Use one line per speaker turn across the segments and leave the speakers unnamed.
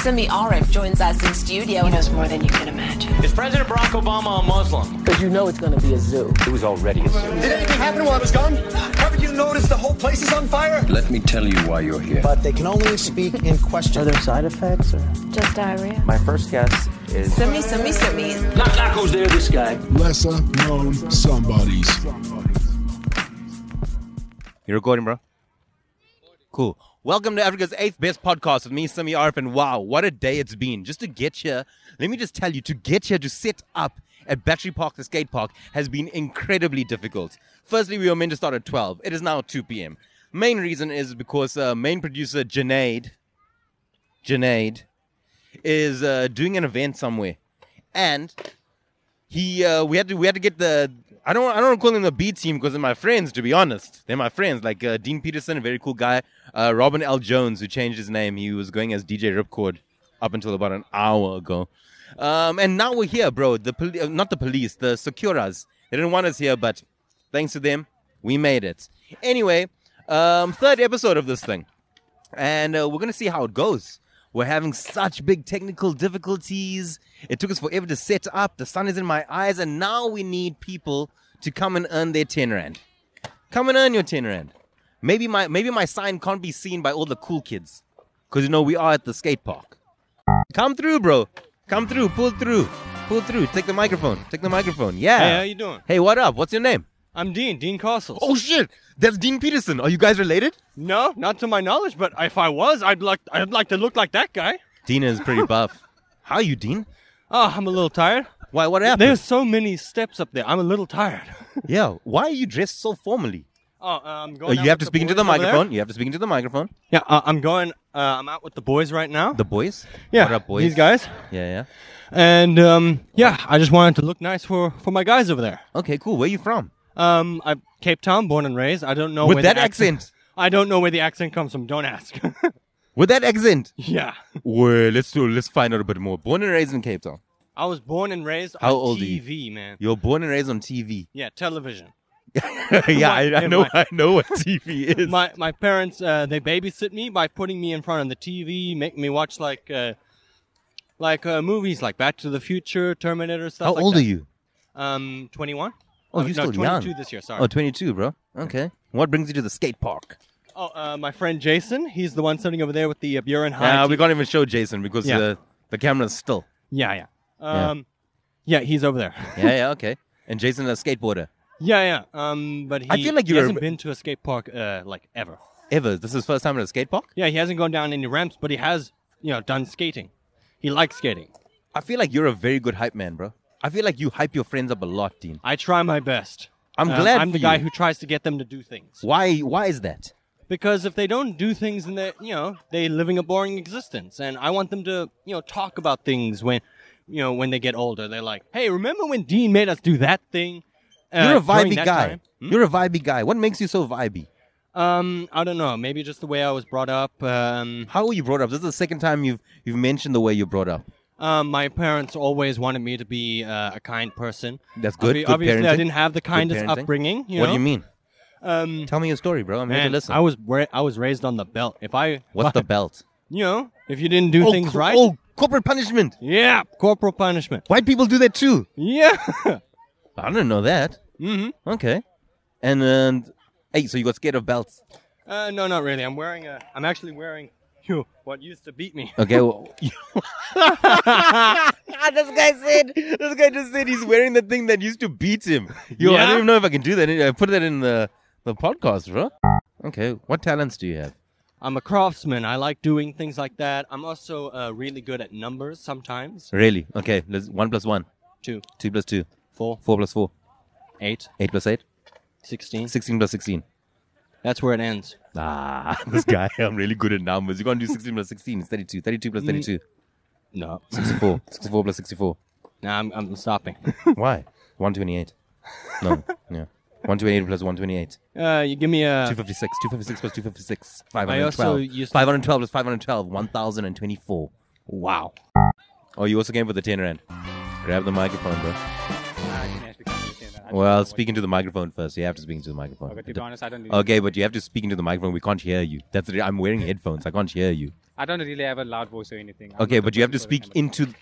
Simi Arif joins us in studio.
He knows more than you can imagine.
Is President Barack Obama a Muslim?
Because you know it's going to be a zoo.
It was already a zoo.
Did anything happen while I was gone? Haven't you noticed the whole place is on fire?
Let me tell you why you're here.
But they can only speak in question.
Are there side effects? Or?
Just diarrhea.
My first guess is.
Simi, Simi, Simi.
Knock, knock, who's there? This guy.
Lesser known somebodies.
You recording, bro? Cool. Welcome to Africa's eighth best podcast with me, Simi Arif, and wow, what a day it's been. Just to get here, let me just tell you, to get here, to set up at Battery Park, the skate park, has been incredibly difficult. Firstly, we were meant to start at 12. It is now 2 p.m. Main reason is because uh, main producer Janaid, Janaid, is uh, doing an event somewhere, and he uh, we had to we had to get the I don't I don't call them the B team because they're my friends. To be honest, they're my friends. Like uh, Dean Peterson, a very cool guy. Uh, Robin L. Jones, who changed his name, he was going as DJ Ripcord up until about an hour ago. Um, and now we're here, bro. The poli- uh, not the police, the Securas. They didn't want us here, but thanks to them, we made it. Anyway, um, third episode of this thing, and uh, we're gonna see how it goes. We're having such big technical difficulties. It took us forever to set up. The sun is in my eyes, and now we need people to come and earn their ten rand. Come and earn your ten rand. Maybe my maybe my sign can't be seen by all the cool kids, because you know we are at the skate park. Come through, bro. Come through. Pull through. Pull through. Take the microphone. Take the microphone. Yeah.
Hey, how you doing?
Hey, what up? What's your name?
I'm Dean. Dean Costles.
Oh shit! That's Dean Peterson. Are you guys related?
No, not to my knowledge. But if I was, I'd like I'd like to look like that guy.
Dean is pretty buff. How are you, Dean?
Oh, I'm a little tired.
Why? What happened?
There's so many steps up there. I'm a little tired.
yeah. Why are you dressed so formally?
Oh, uh, I'm going.
Uh, you have to speak into the microphone.
There.
You have to speak into the microphone.
Yeah, uh, I'm going. I'm out with the boys right now.
The boys.
Yeah.
What up, boys?
These guys.
Yeah, yeah.
And um, yeah, I just wanted to look nice for for my guys over there.
Okay, cool. Where you from?
Um, I Cape Town, born and raised. I don't know
Oh, with
where
that
the
accent.
I don't know where the accent comes from. Don't ask.
With that accent.
yeah,
Well, let's do. Let's find out a bit more. Born and raised in Cape Town.
I was born and raised
How
on
old are you?
TV, man.
You're born and raised on TV.
Yeah, television.
yeah, I, I
Am
know.
I?
I know what TV is.
My my parents uh, they babysit me by putting me in front of the TV, making me watch like uh, like uh, movies like Back to the Future, Terminator stuff.
How
like
old
that.
are you?
Um, twenty one.
Oh,
no,
you're still
22
young.
this year. Sorry.
Oh, 22, bro. Okay. What brings you to the skate park?
Oh, uh, my friend Jason, he's the one sitting over there with the uh, Buren High.
Yeah,
TV.
we can't even show Jason because
Yeah.
the the camera's still.
yeah, yeah.
Yeah.
Um, yeah, he's over there.
Yeah, yeah, okay. And Jason is a skateboarder.
Yeah, yeah. Um, but he,
I feel like
he
you're-
hasn't been to a skate park uh, like ever.
Ever. This is his first time at a skate park.
Yeah, he hasn't gone down any ramps, but he has, you know, done skating. He likes skating.
I feel like you're a very good hype man, bro. I feel like you hype your friends up a lot, Dean.
I try my best.
I'm
Um,
glad
I'm
for
the guy
you.
who tries to get them to do things.
Why? Why is that?
Because if they don't do things, then they, you know, they're living a boring existence. And I want them to, you know, talk about things when, you know, when they get older. They're like, hey, remember when Dean made us do that thing? Uh,
You're a
during
vibey
that
guy.
time?" Hmm?
You're a vibey guy. What makes you so vibey?
Um, I don't know. Maybe just the way I was brought up. Um,
How were you brought up? This is the second time you've you've mentioned the way you're brought up.
Um, my parents always wanted me to be uh, a kind person.
That's good.
Obvi-
good
obviously, I
parenting.
didn't have the
Good
kindest
parenting.
upbringing. You
what
know?
do you mean?
Um,
Tell me your story, bro. I'm here to
man,
listen.
I was ra- I was raised on the belt. If I
What's the belt?
you know if you didn't do
Oh,
things
cor-
right,
Oh, corporate punishment.
yeah, corporal punishment.
White people do that too.
Yeah.
I didn't know that.
mm-hmm.
Okay. And then, hey, so you got scared of belts?
Uh, no, not really. I'm wearing a. I'm actually wearing you what used to beat me.
Okay. Well, this guy said. This guy just said he's wearing the thing that used to beat him. Yo, I
Yeah?
don't even know if I can do that. I put that in the the podcast, bro. Okay. What talents do you have?
I'm a craftsman. I like doing things like that. I'm also uh, really good at numbers sometimes.
Really? Okay. Let's, one plus one.
Two,
Two plus two.
four,
Four plus four.
eight,
Eight plus eight.
sixteen.
Sixteen plus sixteen.
That's where it ends.
Ah, this guy. I'm really good at numbers. You can't do sixteen plus sixteen. It's thirty-two. Thirty-two plus thirty-two.
No,
Sixty-four. Sixty-four plus sixty-four.
no, I'm, I'm stopping.
Why? 128. No. yeah. 128 plus 128.
Uh, you give me a.
256. 256 plus 256.
I
512.
also used-
512 plus 512. 1024.
Wow.
Oh, you also came with the 10 rand. Grab the microphone, bro. Well, speaking to the microphone first. You have to speak into the microphone.
But to be honest, I don't.
Okay, but you have to speak into the microphone. We can't hear you. That's the, I'm wearing headphones. I can't hear you.
I don't really have a loud voice or anything. I'm
Okay,
not the
but you have to
person for the
speak into.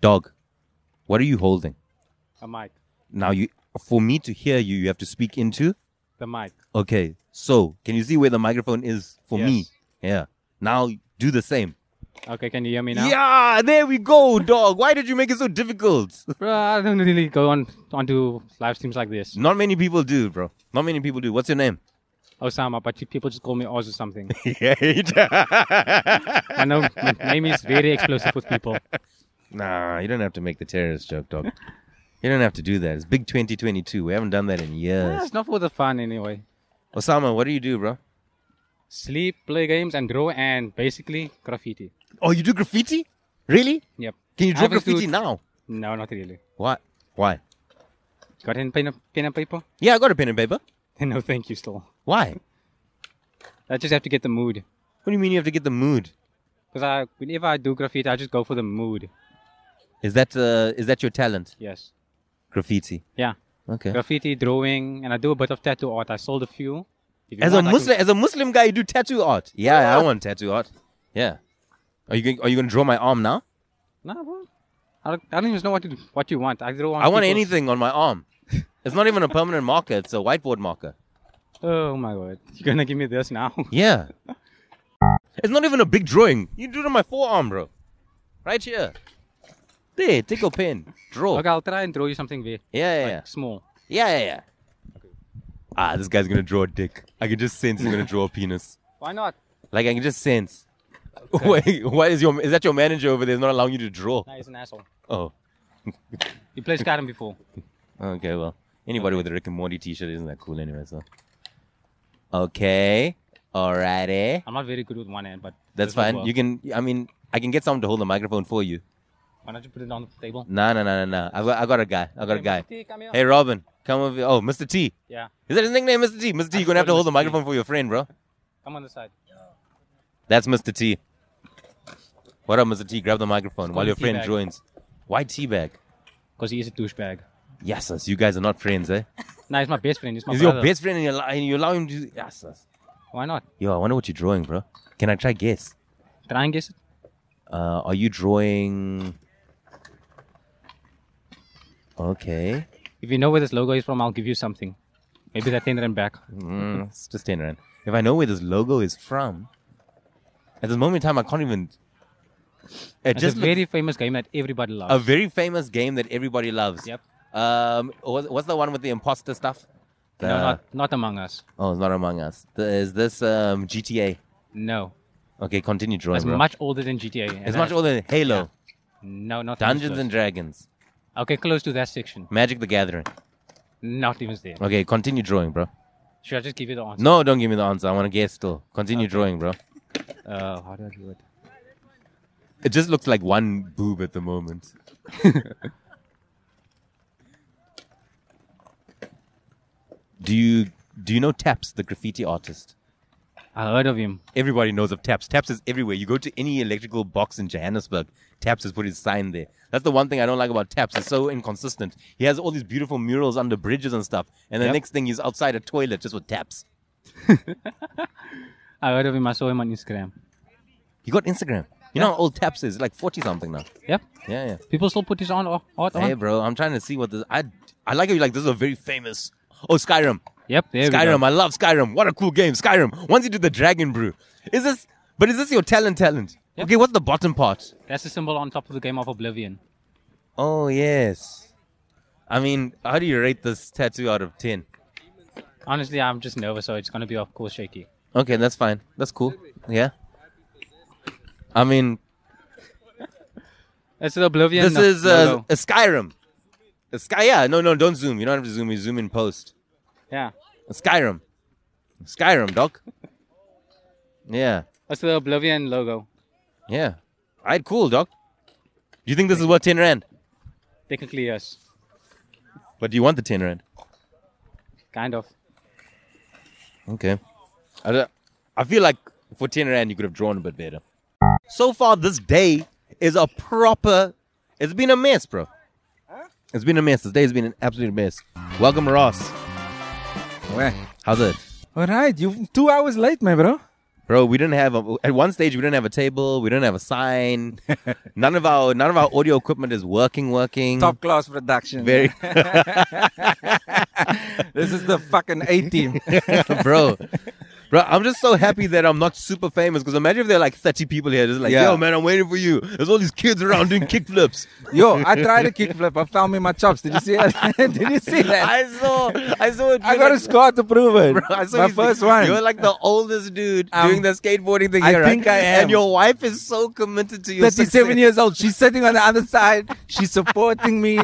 Dog, what are you holding?
camera. a mic.
Now you, for me to hear you, you have to speak into.
The mic.
Okay, so can you see where the microphone is for me?
Yes.
Yeah. Now do the same.
Okay, can you hear me now?
Yeah, there we go, dog. Why did you make it so difficult?
Bro, I don't really go on onto live streams like this.
Not many people do, bro. Not many people do. What's your name?
Osama, but you- people just call me Oz or something.
Yeah.
I know my name is very explosive with people.
nah, you don't have to make the terrorist joke, dog. You don't have to do that. It's big 2022. We haven't done that in
Yeah,
years.
it's not for the fun anyway.
Osama, what do you do, bro?
Sleep, play games, and draw, and basically graffiti.
Oh, you do graffiti? Really?
Yep.
Can you
I
draw
haven't
graffiti
do-
now?
No, not really.
What? Why?
Got any pen, and- pen and paper?
Yeah, I got a pen and paper.
No, thank you. Still,
Why?
I just have to get the mood.
What do you mean you have to get the mood?
Because I, whenever I do graffiti, I just go for the mood.
Is that uh, is that your talent?
Yes.
Graffiti.
Yeah.
Okay.
Graffiti, drawing, and I do a bit of tattoo art. I sold a few. If you
As a
want, I can-
Muslim, as a Muslim guy, you do tattoo art. Yeah, I want tattoo art. Yeah. Are you going, are you going to draw my arm now?
No, bro. I don't, I don't even know what to, what you want. I don't want.
I want
people's-
anything on my arm. It's not even a permanent marker. It's a whiteboard marker.
Oh my god! You're gonna give me this now?
Yeah. It's not even a big drawing. You do it on my forearm, bro. Right here. There, take a pen. Draw.
okay, I'll try and draw you something very
Yeah, yeah, yeah.
small.
Yeah, yeah, yeah. Ah, this guy's gonna draw a dick. I can just sense he's gonna draw a penis.
Why not?
Like I can just sense. Wait, why is your is that your manager over there is not allowing you to draw?
No, he's an asshole.
Oh,
You played Skyrim before.
okay. Well, anybody with a Rick and Morty T-shirt isn't that cool anyway. So, okay, alrighty,
I'm not very good with one hand, but
that's fine. You can. I mean, I can get someone to hold the microphone for you.
Why don't you put it on the table?
Nah, nah, nah, nah, nah. I got, I got a guy. I got
Hey,
a guy.
Mr. T, come here.
Hey, Robin, come over. here. Oh, Mr. T.
Yeah,
Is that his nickname, Mr. T? Mr. T, you're gonna have to hold the
Mr. T.
microphone for your friend, bro.
come on the side.
That's Mr. T. What up, Mr. T? Grab the microphone while
him
your friend
Teabag.
joins. Why teabag?
Because he is a douchebag.
Yes, sus, you guys are not friends, eh?
No, he's my best friend. He's my
He's your
brother.
best friend and you allow, and you allow him to. Yes, sus.
Why not?
Yo, I wonder what you're drawing, bro. Can I try guess?
Try and guess it.
Uh, are you drawing? Okay,
If you know where this logo is from, I'll give you something. Maybe that 10 rand back.
Mm, it's just ten rand. If I know where this logo is from, at this moment in time, I can't even. It
It's
just
a
look-
very famous game that everybody loves.
a very famous game that everybody loves.
Yep.
Um, wha- what's the one with the imposter stuff? The-
no, not, not Among Us.
oh, it's not Among Us. The, is this um, GTA?
No.
Okay, continue drawing.
It's
bro.
much older than GTA. and
It's much
that's-
older than Halo,
No, not
Dungeons
close.
and Dragons,
Okay, close to that section.
Magic the Gathering.
Not even there.
Okay, continue drawing, bro.
Should I just give you the answer?
No, don't give me the answer. I want to guess still. Continue drawing, bro.
Uh, how do I do it?
It just looks like one boob at the moment. do you do you know Taps, the graffiti artist?
I heard of him.
Everybody knows of Taps. Taps is everywhere. You go to any electrical box in Johannesburg, Taps has put his sign there. That's the one thing I don't like about Taps. It's so inconsistent. He has all these beautiful murals under bridges and stuff, and the
Yep.
next thing he's outside a toilet just with Taps.
I heard of him. I saw him on Instagram.
He got Instagram. You know how old Taps is? Like forty something now.
Yep.
Yeah, yeah.
People still put his on or art on.
Hey, bro, I'm trying to see what this. I I like how you like this is a very famous. Oh, Skyrim.
Yep. There we
Skyrim.
go.
I love Skyrim. What a cool game. Skyrim. Once you do the Dragon Brew, is this? But is this your talent? Talent. Okay, what's the bottom part?
That's the symbol on top of the game of Oblivion.
Oh yes. I mean, how do you rate this tattoo out of ten?
Honestly, I'm just nervous, so it's gonna be of course shaky.
Okay, that's fine. That's cool. Yeah. I mean,
It's the Oblivion.
this
no-
is
no,
uh,
no.
a Skyrim. A Sky. Yeah. No, no, don't zoom. You don't have to zoom. You zoom in post.
yeah.
Skyrim. Skyrim, doc. Yeah.
It's the Oblivion logo.
Yeah. All right, cool, doc. Do you think this is worth 10 rand?
Technically, yes.
But do you want the 10 rand?
Kind of.
Okay. I, don't- I feel like for 10 rand, you could have drawn a bit better. So far, this day is a proper. It's been a mess, bro. It's been a mess. This day's been an absolute mess. Welcome, Ross.
Where?
How's it?
All right, you two hours late, my bro.
Bro, we didn't have a, at one stage we didn't have a table, we didn't have a sign. none of our none of our audio equipment is working working.
Top class production.
Very
This is the fucking A team.
bro. Bro, I'm just so happy that I'm not super famous because imagine if there are like 30 people here just like,
Yeah.
yo, man, I'm waiting for you. There's all these kids around doing kickflips.
Yo, I tried a kickflip. I fell me my chops. Did you see that? Did you see that?
I saw, I saw it.
I, got a score to prove it.
Bro, I saw
my
you-
first one.
You're like the oldest dude
Um,
doing the skateboarding thing
I
here, right?
think I am.
And your wife is so committed to your
37
success.
years old. She's sitting on the other side. She's supporting me.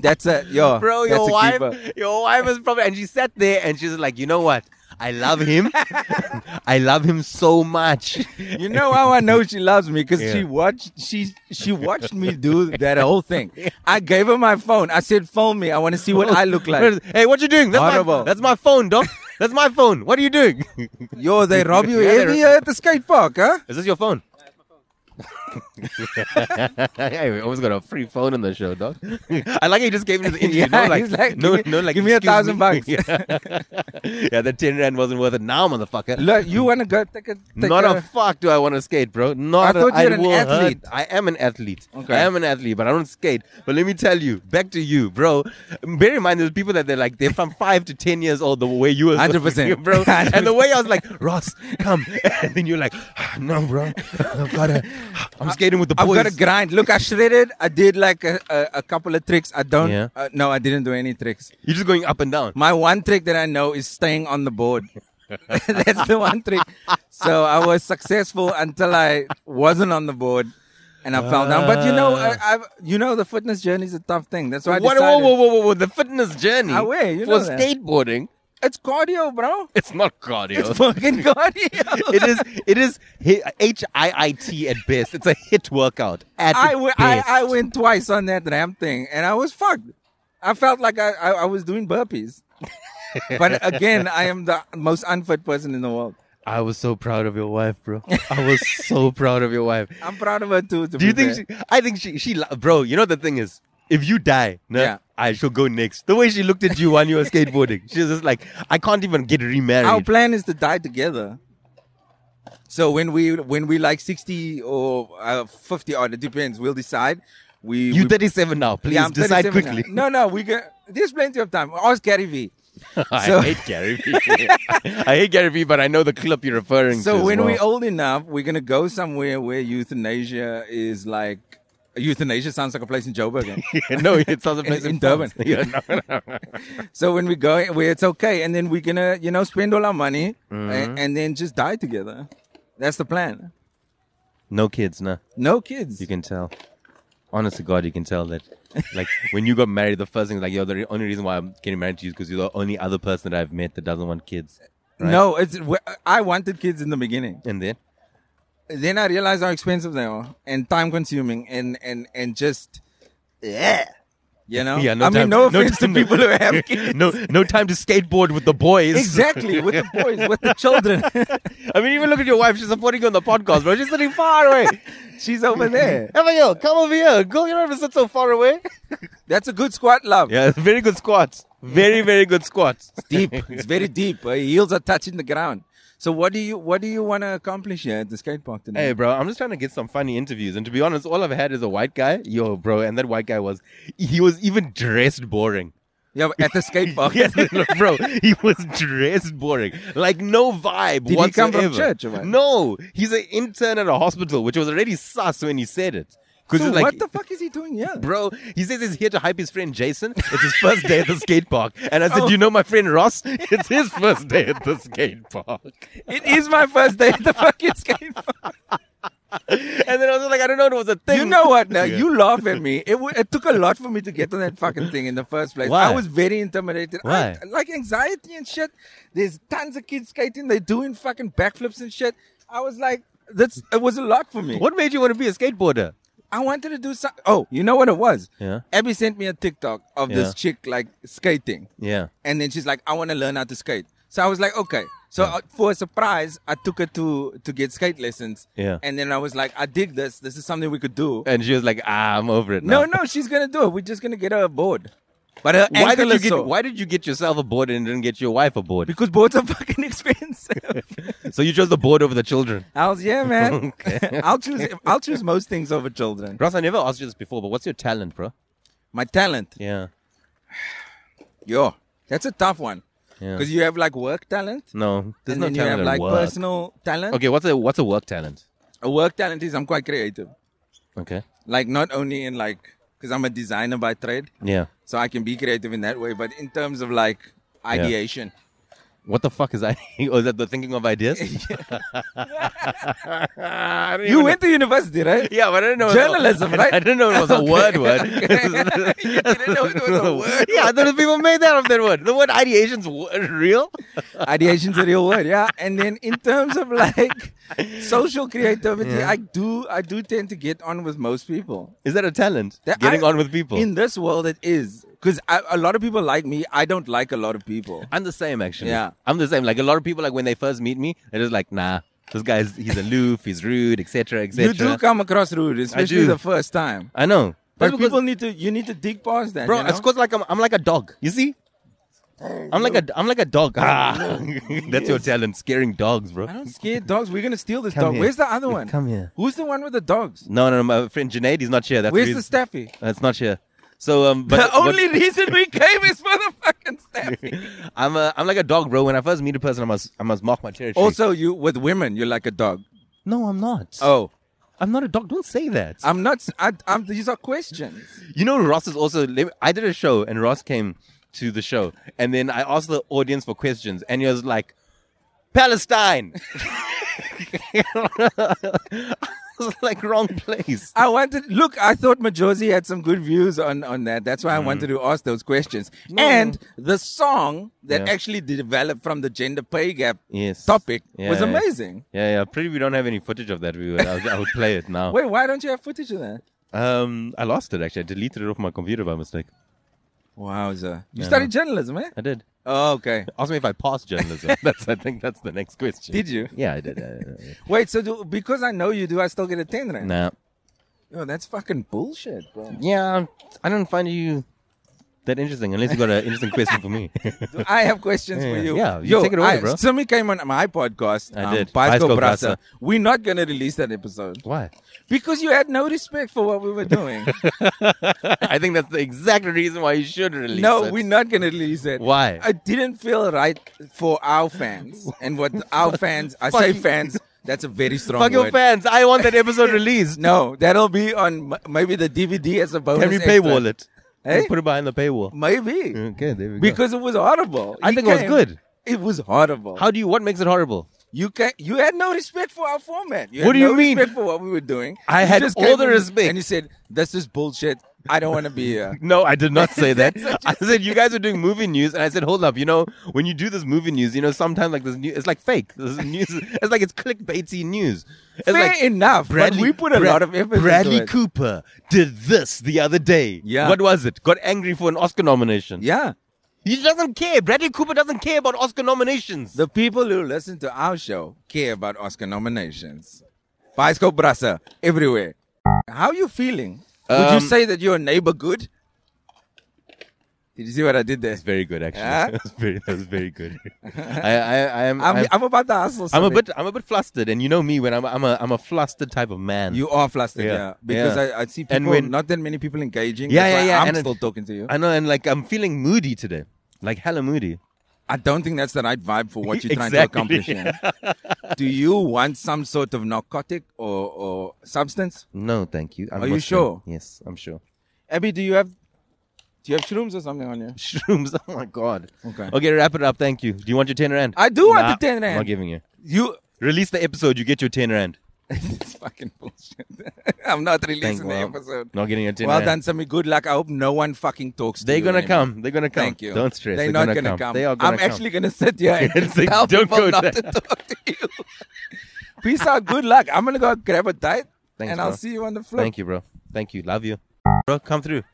That's a yo.
Bro,
that's
your
a
wife,
keeper.
your wife is probably, and she sat there and she's like, you know what? I love him. I love him so much.
You know how I know she loves me because
Yeah.
she watched she she watched me do that whole thing. I gave her my phone. I said, "Phone me. I want to see what I look like."
hey, what you doing? That's my,
Horrible.
that's my phone, dog. That's my phone. What are you doing?
Yo, they rob you
Yeah, they
every year at the skate park, huh?
Is this your phone? hey, we almost got a free phone on the show, dog. I like how you just gave me the interview.
Yeah,
no, like,
he's like,
no,
give me-
no, like,
give me a
excuse
thousand bucks.
yeah. yeah, that ten rand wasn't worth it now, motherfucker.
Look, you want to go take a take
Not a fuck do I want to skate, bro. Not
I
a-
thought you were an
will hurt.
athlete.
I am an athlete.
Okay.
I am an athlete, but I don't skate. But let me tell you, back to you, bro. Bear in mind, there's people that they're like they're from five to ten years old. The way you were,
100%.
bro. And the way I was like, Ross, come, and then you're like, "Ah, no, bro, I've gotta, I'm skating with the
I've
boys.
got to grind. Look, I shredded. I did like a, a, a couple of tricks. I don't.
Yeah.
Uh, no, I didn't do any tricks.
You're just going up and down.
My one trick that I know is staying on the board. That's the one trick. So I was successful until I wasn't on the board, and I fell down. But you know, I, I've, you know, the fitness journey is a tough thing. That's why I
What-
decided
Ah. whoa, whoa, whoa, whoa, whoa! The fitness journey
I will, you
for
know that.
skateboarding,
it's cardio, bro.
it's not cardio.
It's fucking cardio.
it is it is H I I T at best. It's a hit workout at
I, w- I,
best.
I went twice on that ramp thing, and I was fucked. I felt like I, I, I was doing burpees. but again, I am the most unfit person in the world.
I was so proud of your wife, bro. I was so proud of your wife.
I'm proud of her too. to
Do you
be
think
fair.
she, I think she she lo- bro, you know the thing is if you die, no,
Yeah.
I shall go next. The way she looked at you while you were skateboarding, she was just like, I can't even get remarried.
Our plan is to die together. So when we when we like sixty or uh, fifty, odd, it depends. We'll decide. We
you
we-
37 now, please
Yeah, I'm
decide
37 now.
quickly.
No, no, we can. There's plenty of time. Ask Gary Vee.
I
So-
hate Gary Vee. I hate Gary Vee, but I know the clip you're referring to.
So
as
when
well.
we're old enough, we're gonna go somewhere where euthanasia is like euthanasia sounds like a place in Joburg.
no, it sounds like
in Durban.
Yeah, no, no.
so when we go where it's okay, and then we're gonna you know spend all our money a-
Mm-hmm.
and, then just die together. That's the plan.
No kids, no.
No kids.
You can tell. Honest to God, you can tell that. Like when you got married, the first thing is like, yo, the re- only reason why I'm getting married to you is because you're the only other person that I've met that doesn't want kids. right?
No, it's I wanted kids in the beginning.
And then,
then I realized how expensive they are and time consuming and and and just yeah. You know,
Yeah, no
I mean,
time-
no
no
offense
time-
to people who have kids.
no, no time to skateboard with the boys.
Exactly, with the boys, with the children.
I mean, even look at your wife. She's supporting you on the podcast, bro. She's sitting far away.
She's over there.
Emma, yo, come over here. Go. You don't have to sit so far away.
That's a good squat, love.
Yeah, very good squats. Very, very good squats.
Deep. It's very deep. Her heels are touching the ground. So what do you what do you want to accomplish here at the skate park
Hey,
tonight?
bro, I'm just trying to get some funny interviews. And to be honest, all I've had is a white guy. Yo, bro, and that white guy was, he was even dressed boring.
Yeah, at the skate park.
Yes, bro, he was dressed boring. Like, no vibe
Did he come from
whatsoever.
church or what?
No, he's an intern at a hospital, which was already sus when he said it. Because
So
it's like,
what the fuck is he doing here?
Bro, he says he's here to hype his friend Jason. It's his first day at the skate park. And I said,
Oh.
You know my friend Ross? It's his first day at the skate park.
It is my first day at the fucking skate park.
And then I was like, I don't know, it was a thing.
You know what? Now
Yeah.
you laugh at me. It, w- it took a lot for me to get on that fucking thing in the first place.
Why?
I was very intimidated. I-
Why?
like anxiety and shit. There's tons of kids skating. They're doing fucking backflips and shit. I was like, that's it was a lot for me.
What made you want to be a skateboarder?
I wanted to do something. Oh, you know what it was?
Yeah.
Abby sent me a TikTok of
Yeah.
this chick like skating,
Yeah.
and then she's like, "I want to learn how to skate." So I was like, "Okay." So uh, for a surprise, I took her to to get skate lessons.
Yeah. Uh,
And then I was like, "I dig this. This is something we could do."
And she was like, ah, I'm over it.
No,
now."
no, she's gonna do it. We're just gonna get her a board. But her
Why
ankle
did you
is
get
sore.
Why did you get yourself a board and didn't get your wife a board?
Because boards are fucking expensive.
So you chose the board over the children.
I was, yeah, man. I'll choose. I'll choose most things over children.
Ross, I never asked you this before, but what's your talent, bro?
My talent,
Yeah.
yo, that's a tough one.
Yeah.
Because you have like work talent,
No, there's
and
no
then you
talent
have
at
like
work.
personal talent.
Okay, what's a what's a work talent?
A work talent is I'm quite creative.
Okay.
Like not only in like because I'm a designer by trade,
Yeah.
so I can be creative in that way. But in terms of like ideation,
What the fuck is I? or is that the thinking of ideas? I don't
you
even
went to university, right?
know. Yeah, but I didn't know
Journalism,
I,
right?
I didn't know it was a word. Word.
you didn't know it was a word.
yeah, I thought people made that of that word. The word ideation's wo- real.
Ideation's a real word, yeah. And then in terms of like social creativity, I do I do tend to get on with most people.
Is that a talent?
That
Getting
I-
on with people.
In this world, it is because a lot of people like me. I don't like a lot of people.
I'm the same actually.
Yeah.
I'm the same. Like a lot of people, like when they first meet me, they're just like, nah, this guy's he's aloof, he's rude, etc.,
You
etc.
do come across rude, especially
do.
the first time.
I know,
But
That's because-
people need to you need to dig past that,
bro,
You know?
it's because like I'm, I'm like a dog. You see, I'm like a I'm like a dog. Ah, that's your talent, scaring dogs, bro.
I don't scare dogs. We're gonna steal this
Come
dog.
here.
Where's the other one?
Come here.
Who's the one with the dogs?
No, no, no, my friend Junaid is not here. That's
Where's
reason-
the Staffy?
That's not here. So um, but
the only reason we came is for the fucking Staffy.
but I'm a, I'm like a dog, bro. When I first meet a person, I must I must mark my territory.
also, you with women, you're like a dog.
no, I'm not.
Oh,
I'm not a dog. Don't say that.
I'm not. s- I, am these are questions.
You know, Ross is also. let me- I did a show, and Ross came to the show, and then I asked the audience for questions, and he was like, "Palestine." I was like, "Wrong place."
I wanted. Look, I thought Majosi had some good views on on that. That's why I wanted
Mm-hmm.
to ask those questions. And the song that
Yeah.
actually developed from the gender pay gap
Yes.
topic
Yeah,
was
yeah.
amazing.
Yeah, yeah. Pretty. We don't have any footage of that. We would. I would, I would play it now.
Wait, why don't you have footage of that?
Um, I lost it actually. I deleted it off my computer by mistake.
Wowza! You studied journalism, eh?
I did.
Oh, okay.
Ask me if I passed journalism. that's. I think that's the next question.
Did you?
Yeah, I did. Uh,
Wait, so do, because I know you, do I still get a ten rand?
nah.
Yo, that's fucking bullshit, bro.
Yeah, I don't find you that interesting unless you got an interesting question for me.
I have questions
Yeah,
for
yeah.
you.
Yeah, you
Yo,
take it away,
I,
bro.
Simi came on my podcast. um,
I did.
Bicycle,
Bicycle
Brasa.
Brasa.
We're not going to release that episode
Why?
because you had no respect for what we were doing.
I think that's the exact reason why you should release
no,
it.
we're not going to release it.
Why?
I didn't feel right for our fans. And what our fans, I say
Fuck you.
fans, that's a very strong
Fuck your
word.
fans. I want that episode released.
No, that'll be on m- maybe the DVD as a bonus.
Can we
extra.
paywall it?
Hey?
Let's Put it behind the paywall.
Maybe.
Okay, there we go.
Because it was horrible.
I
You
think it was
came-
good.
It was horrible.
How do you? What makes it horrible?
You can You had no respect for our format. You had
What do you
no
mean?
Respect for what we were doing.
I
You
had
just
all
came
the
in
respect.
and you said, "This is bullshit. I don't want to be here."
No, I did not say that. I said you guys are doing movie news, and I said, hold up, you know, when you do this movie news, you know, sometimes like this news, it's like fake. This is news, it's like it's clickbaity news. It's
Fair
like,
enough, but we put a
Brad-
lot of effort.
Bradley
into it.
Cooper did this the other day.
Yeah.
What was it? Got angry for an Oscar nomination.
Yeah,
He doesn't care. Bradley Cooper doesn't care about Oscar nominations.
the people who listen to our show care about Oscar nominations. Bicycle Brasa everywhere. How are you feeling? Would you
Um,
say that you're a neighbor good? Did you see what I did there?
It's very good, actually.
Huh?
That, was very, that was very good. I, I, I am.
I'm,
I'm, I'm,
I'm about to hustle.
a
something.
bit. I'm a bit flustered, and you know me when I'm. I'm a. I'm a flustered type of man.
You are flustered, yeah.
Yeah,
Because
yeah.
I, I see people,
And when-
not that many people engaging.
Yeah,
That's
yeah,
why
yeah,
I'm
and it-
still talking to you.
I know, and like I'm feeling moody today, like hella moody.
I don't think that's the right vibe for what you're trying
Exactly.
to accomplish. here. Do you want some sort of narcotic or, or substance?
No, thank you. I'm
Are you
Muslim.
sure?
Yes, I'm sure.
Abby, do you have do you have shrooms or something on you?
Shrooms. Oh my god.
Okay.
Okay, wrap it up. Thank you. Do you want your ten rand?
I do want
Nah,
the 10
I'm not
rand.
giving you.
You
Release the episode. You get your ten rand.
it's fucking bullshit. I'm not
Thank
releasing the
well,
episode.
Not getting your ten
Well
rand.
done, Sammy. Good luck. I hope no one fucking talks to
They're
you
gonna
anymore.
come. They're gonna come.
Thank you.
Don't stress.
They're,
They're,
not
gonna,
gonna
come.
come.
They are gonna
I'm
come.
actually gonna sit here and
It's like,
tell
don't
people
go
not
there.
to talk to you. Peace out. Good luck. I'm gonna go grab a diet,
Thanks,
and I'll
bro.
see you on the flip.
Thank you, bro. Thank you. Love you, bro. Come through.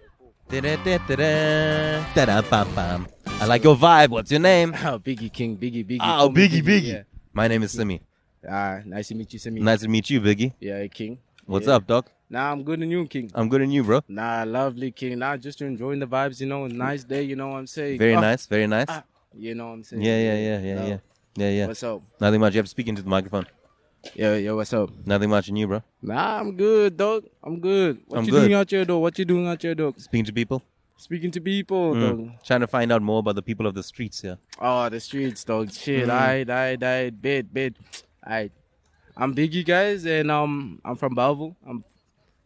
Da-da-da-da-da. Da-da-bam-bam. I like your vibe. What's your name?
Oh, Biggie King, Biggie, Biggie.
Oh,
Call me
Biggie, Biggie.
Yeah.
My name is Simi.
Ah, nice to meet you, Simi.
Nice to meet you, Biggie.
Yeah, King.
What's
Yeah.
up, doc?
Nah, I'm good and you, King.
I'm good and you, bro.
Nah, lovely, King. Nah, just enjoying the vibes, you know. Nice day, you know what I'm saying?
Very
Oh.
Ah,
nice, very nice.
ah, you know what I'm saying?
Yeah, yeah, yeah, yeah,
No.
yeah. Yeah, yeah.
What's up?
Nothing much. You have to speak into the microphone.
Yeah, yeah, what's up?
Nothing much in you, bro.
Nah, I'm good, dog. I'm good. What
I'm
you
good.
doing out here, dog? What you doing out here, dog?
Speaking to people.
Speaking to people,
Mm.
dog.
Trying to find out more about the people of the streets here.
Oh, the streets, dog. Shit,
Mm.
I, I, I, bit, bit. I, I'm Biggie, guys, and um, I'm from Belleville. I'm,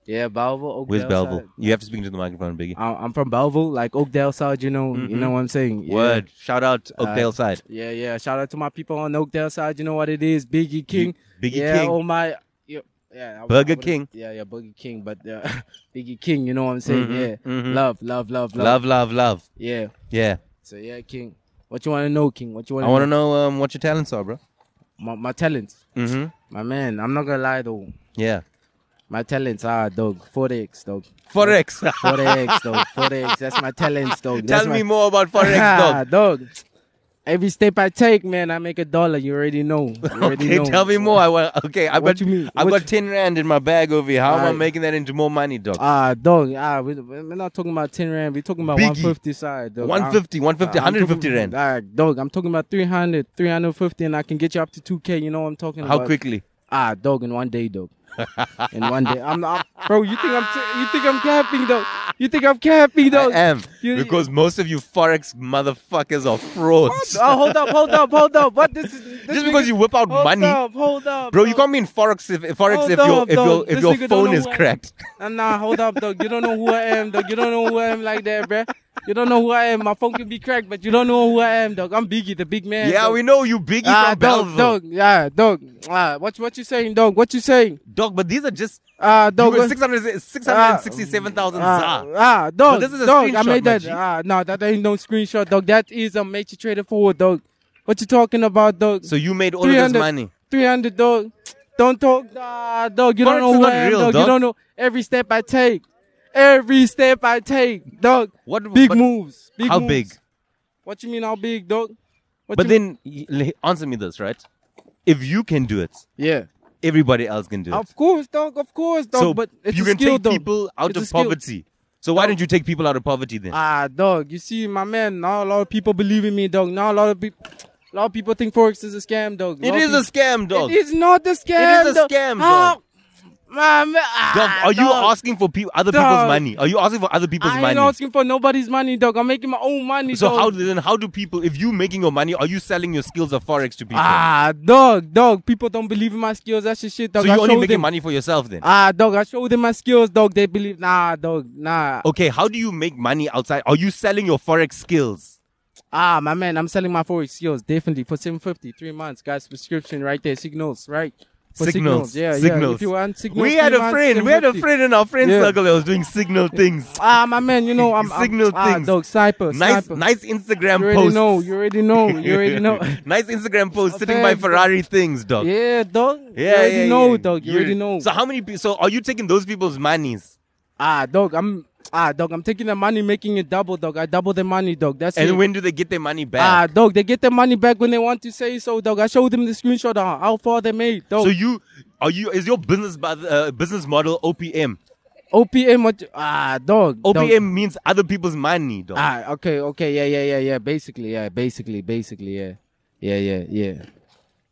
yeah, Belleville. Oakdale
Where's Belleville?
side.
You have to speak into the microphone, Biggie.
I- I'm from Belleville, like Oakdale side. You know, you know what I'm saying. Yeah.
Word. Shout out
Uh,
Oakdale side.
Yeah, yeah. Shout out to my people on Oakdale side. You know what it is, Biggie King.
Biggie
yeah,
King.
Oh my. Yeah, yeah, I-
Burger
I would've-
King.
Yeah, yeah, Burger King, but uh, Biggie King. You know what I'm saying?
Mhm,
Yeah.
mhm.
Love, love, love, love,
Love, love, love.
Yeah.
Yeah.
So yeah, King. What you want to know, King? What you want?
I want to know um, what your talents are, bro.
my, my talents.
Mhm.
My man, I'm not gonna lie though.
Yeah.
My talents are dog forex dog.
Forex.
forex dog. Forex. That's my talents dog.
Tell
That's my-
me more about Forex,
Ah,
dog.
dog. Every step I take, man, I make a dollar. You already know. You already
Okay,
know.
tell me more. I want, okay, I've
What
got,
you mean?
I've
What
got 10 rand in my bag over here. How am I
Alright.
making that into more money, dog?
Ah, dog. Ah, we, we're not talking about ten rand. We're talking about
Biggie.
one fifty side. Dog. Ah,
150, 150,
I'm talking-
150 rand.
Ah, dog. I'm talking about 300, 350, and I can get you up to two k. You know what I'm talking
How
about?
quickly?
Ah, dog. In one day, dog. in one day, I'm not, bro. You think I'm, t- you think I'm capping, dog? You think I'm capping,
I
dog?
am.
You-
because most of you Forex motherfuckers are frauds.
Oh, hold up, hold up, hold up. What this is? This
Just because
nigga-
you whip out
hold
money.
up, hold up,
Bro, you
dog.
can't be in Forex if, Forex
Hold
if, your,
up,
if, your,
dog.
if
This
your
nigga Oh, don't
phone
know
is
who I-
cracked.
Nah, nah, hold up, dog. You don't know who I am, dog. You don't know who I am like that, bruh. You don't know who I am. My phone can be cracked, but you don't know who I am, dog. I'm Biggie, the big man.
Yeah,
dog.
we know you Biggie
ah, dog,
from Belleville.
dog, yeah, dog. Ah, what, what you saying, dog? What you saying?
Dog, but these are just
Ah,
you
dog.
were
what-
600 667,000
Ah,
ZAR.
ah, dog,
this is a
dog. I
screenshot,
made
my
that.
G.
Ah, no, that ain't no screenshot, dog. That is a major trader forward, dog. What you talking about, dog?
So you made all of this
300
money.
300, dog. Don't talk, ah, dog. You
Forex
don't know
is
who
not
I am,
real,
dog.
dog.
You don't know every step I take. Every step I take, dog.
What-
big
but
moves? Big
How
moves.
big?
What you mean? How big, dog? What
But
you mean?
then y- l- answer me this, right? If you can do it,
yeah,
everybody else can do it.
of course, dog. Of course, dog.
so
but it's
you
a
can
skill,
take
dog.
people out
It's a
of
skill.
poverty. So why don't you take people out of poverty then?
Ah, dog. You see, my man. Now a lot of people believe in me, dog. Now a lot of people, a lot of people think forex is a scam, dog.
it is a scam, dog.
It is not a scam.
a
dog.
scam,
How-
dog.
My man, ah,
Dog, are you
dog.
asking for peop other people's
Dog.
money? Are you asking for other people's
I ain't
money?
asking for nobody's money, dog. I'm making my own money,
so
dog.
how do- then how do people if you making your money, are you selling your skills of forex to people?
Ah, dog, dog. People don't believe in my skills. That's just shit, dog.
so you're
I
only
show
making
them.
money for yourself then?
Ah, dog. I show them my skills, dog. They believe. Nah, dog. Nah.
Okay, how do you make money outside? Are you selling your forex skills?
Ah, my man. I'm selling my forex skills definitely for 750, three months, guys. Prescription right there. Signals, right? For
signals.
Yeah, yeah.
signals.
If you want signals,
we had
three
a
months,
friend. We had a
750.
friend in our friend
Yeah.
circle that was doing signal things.
Ah, my man, you know I'm I'm-
Signal
ah,
things.
dog, sniper,
Nice,
sniper.
nice Instagram
You already
posts.
know. You already know. You already know.
nice Instagram posts. Sitting by
Offense, dog.
Ferrari things, dog.
yeah, dog.
yeah,
you already
yeah,
know,
yeah.
dog. You,
You're-
already know.
So how many? pe- So are you taking those people's monies?
ah, dog. I'm ah, dog. I'm taking the money, making it double, dog. I double the money, dog. That's it.
And when do they get their money
Ah,
back?
dog, they get their money back when they want to say so, dog. I showed them the screenshot of how far they made, dog.
so you are you? Is your business bu- uh, business model OPM?
OPM, what? Ah, dog. dog.
OPM means other people's money, dog.
Ah, okay, okay, yeah, yeah, yeah, yeah. Basically, yeah, basically, basically, yeah, yeah, yeah, yeah.